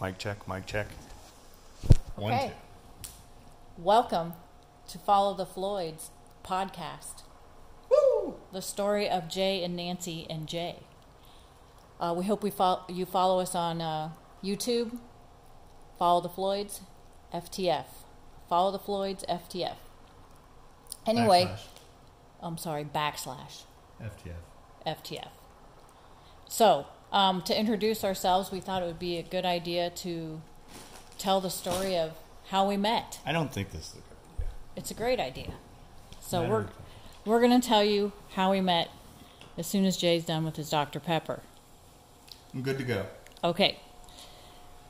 Mic check, mic check. One, Okay. Welcome to Follow the Floyds podcast. Woo! The story of Jay and Nancy and Jay. Uh, we hope we fol- you follow us on uh, YouTube. Follow the Floyds, FTF. Follow the Floyds, FTF. Anyway, I'm sorry, backslash. FTF. FTF. So, um, to introduce ourselves, we thought it would be a good idea to tell the story of how we met. I don't think this is a good idea. It's a great idea. So Matter we're of- we're gonna tell you how we met as soon as Jay's done with his Dr Pepper. I'm good to go. Okay.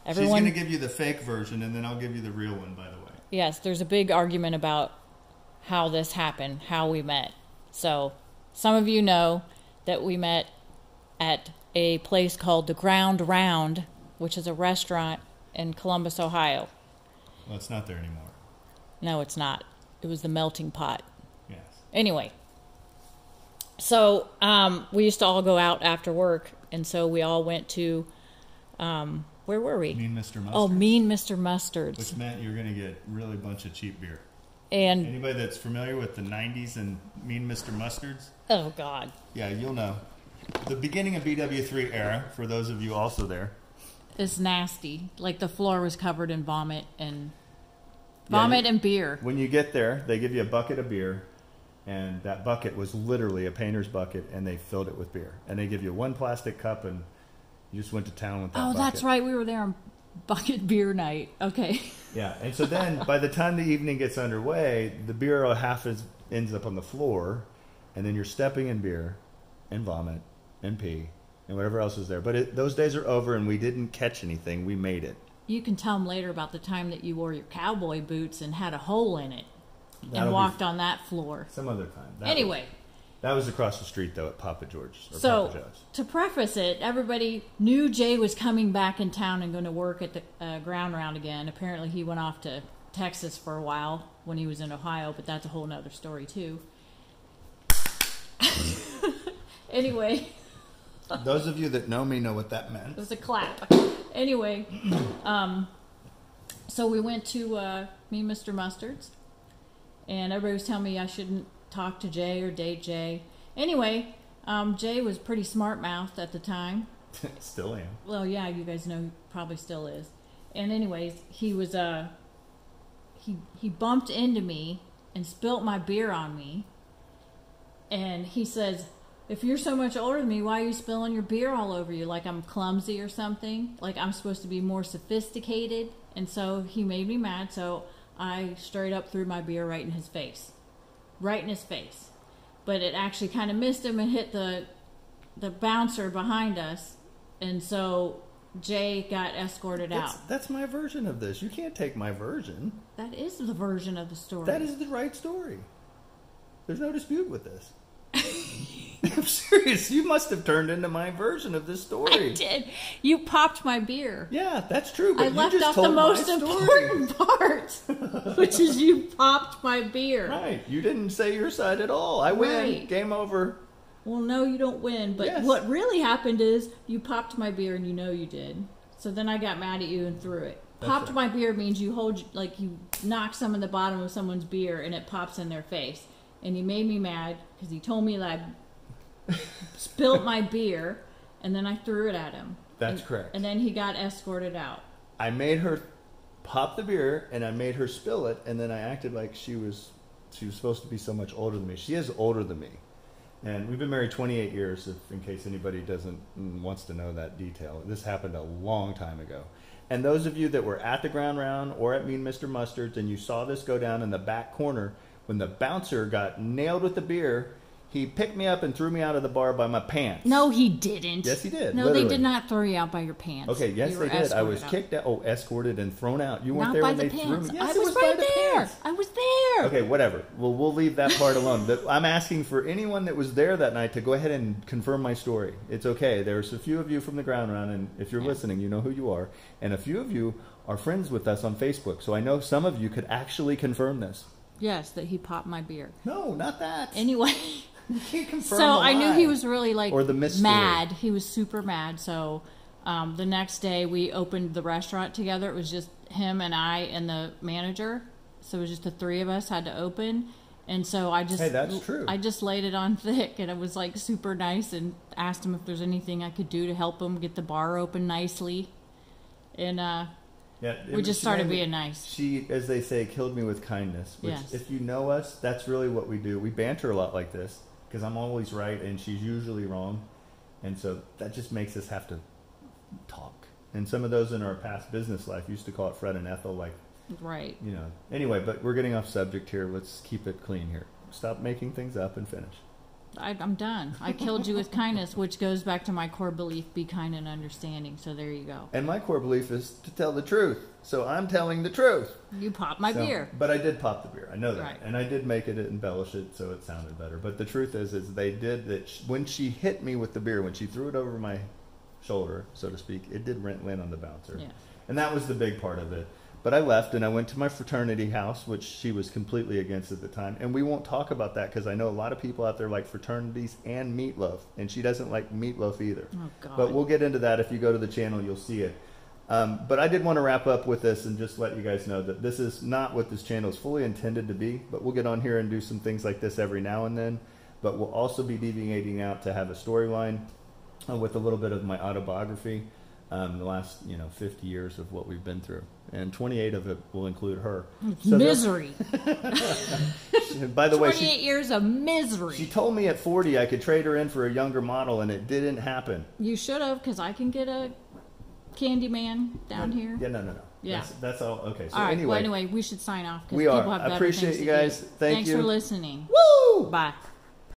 She's Everyone, going to give you the fake version, and then I'll give you the real one, by the way. yes, there's a big argument about how this happened, how we met. So some of you know that we met at a place called the Ground Round, which is a restaurant in Columbus, Ohio. Well, it's not there anymore. No, it's not. It was the melting pot. Yes. Anyway, so um, we used to all go out after work, and so we all went to um, where were we? You mean Mr. Mustard? Oh, Mean Mr. Mustard's, Which meant you're going to get really bunch of cheap beer. and Anybody that's familiar with the 90s and Mean Mr. Mustard's, oh god, yeah, you'll know. The beginning of BW3 era, for those of you also there. it's nasty. Like the floor was covered in vomit and Yeah, vomit you- and beer. When you get there, they give you a bucket of beer, and that bucket was literally a painter's bucket, and they filled it with beer. And they give you one plastic cup, and you just went to town with that. Oh, bucket. that's right. We were there on bucket beer night. Okay, Yeah, and so then by the time the evening gets underway, the beer half is, ends up on the floor, and then you're stepping in beer, and vomit, and pee, and whatever else is there. But it, those days are over, and we didn't catch anything. We made it. you can tell them later about the time that you wore your cowboy boots and had a hole in it That'll and be- walked on that floor. some other time. That was- Anyway. that was across the street though at Papa George's. Or Papa So Joe's. to preface it, everybody knew Jay was coming back in town and going to work at the uh, ground round again. Apparently, he went off to Texas for a while when he was in Ohio, but that's a whole nother story too. anyway, Those of you that know me know what that meant. it was a clap. Anyway, um, so we went to uh, me, and Mr. Mustard's, and everybody was telling me I shouldn't talk to Jay or date Jay. Anyway, um, Jay was pretty smart mouthed at the time. Still am. well yeah you guys know he probably still is and anyways he was uh he he bumped into me and spilt my beer on me and he says if you're so much older than me why are you spilling your beer all over you like i'm clumsy or something like i'm supposed to be more sophisticated and so he made me mad so i straight up threw my beer right in his face right in his face but it actually kind of missed him and hit the the bouncer behind us, and so Jay got escorted That's, out. that's my version of this. You can't take my version. That is the version of the story. That is the right story. There's no dispute with this. I'm serious. You must have turned into my version of this I story. did. You popped my beer. Yeah, that's true. But I you left just off told the my most story. important part, which is you popped my beer. Right. You didn't say your side at all. I win. Right. Game over. Well, no, you don't win. But Yes. what really happened is you popped my beer, and you know you did. So then I got mad at you and threw it. That's popped right. my beer means you hold like you knock some in the bottom of someone's beer and it pops in their face. And he made me mad because he told me that I spilt my beer, and then I threw it at him. That's And- correct. And then he got escorted out. I made her pop the beer and I made her spill it and then I acted like she was she was supposed to be so much older than me. She is older than me. And we've been married 28 years if, in case anybody doesn't mm, wants to know that detail. This happened a long time ago. And those of you that were at the ground round or at Mean Mr. Mustard's and you saw this go down in the back corner when the bouncer got nailed with the beer, he picked me up and threw me out of the bar by my pants. No, he didn't. Yes, he did, No, literally. they did not throw you out by your pants. Okay, yes, You were they did. I escorted was out. kicked out. Oh, escorted and thrown out. You weren't Not there by when the they threw pants. me. Yes, I it was, was right by the there. pants. I was there. Okay, whatever. Well, we'll leave that part alone. But I'm asking for anyone that was there that night to go ahead and confirm my story. It's okay. There's a few of you from the ground round, and if you're listening, you know who you are. And a few of you are friends with us on Facebook, so I know some of you could actually confirm this. Yes, that he popped my beer. No, not that. Anyway, you can't confirm. so a I knew lie. he was really like Or the mystery. mad. He was super mad. So Um, the next day, we opened the restaurant together. It was just him and I and the manager. So it was just the three of us had to open. And so I just Hey, that's true. I just laid it on thick, and it was like super nice. And asked him if there's anything I could do to help him get the bar open nicely. And uh, Yeah, it we was- just she started made me- being nice. She, as they say, killed me with kindness. Which, Yes. if you know us, that's really what we do. We banter a lot like this because I'm always right and she's usually wrong, and so that just makes us have to talk. And some of those in our past business life used to call it Fred and Ethel, like Right. you know. Anyway, but we're getting off subject here. Let's keep it clean here. Stop making things up and finish. I, I'm done. I killed you with kindness, which goes back to my core belief: be kind and understanding. So there you go. And my core belief is to tell the truth, so I'm telling the truth. You pop my So- beer. But I did pop the beer. I know that, Right. and I did make it embellish it so it sounded better. But the truth is, is they did that sh- when she hit me with the beer, when she threw it over my shoulder, so to speak, it did rent land on the bouncer, Yeah. and that was the big part of it. But I left and I went to my fraternity house, which she was completely against at the time. And we won't talk about that because I know a lot of people out there like fraternities and meatloaf, and she doesn't like meatloaf either. Oh God. But we'll get into that if you go to the channel, you'll see it. Um, but I did want to wrap up with this and just let you guys know that this is not what this channel is fully intended to be. But we'll get on here and do some things like this every now and then. But we'll also be deviating out to have a storyline uh, with a little bit of my autobiography, um, the last you know 50 years of what we've been through, and 28 of it will include her. So there's- misery. by the way, she, 28 years of misery. she told me at 40 I could trade her in for a younger model, and it didn't happen. you should have, because I can get a candy man down here. Yeah, no, no, no. Yeah. That's, that's all. Okay. So All right. anyway, Well, anyway, we should sign off because We people are. have I better appreciate things you to do. guys. Thank Thanks you. for listening. Woo! Bye.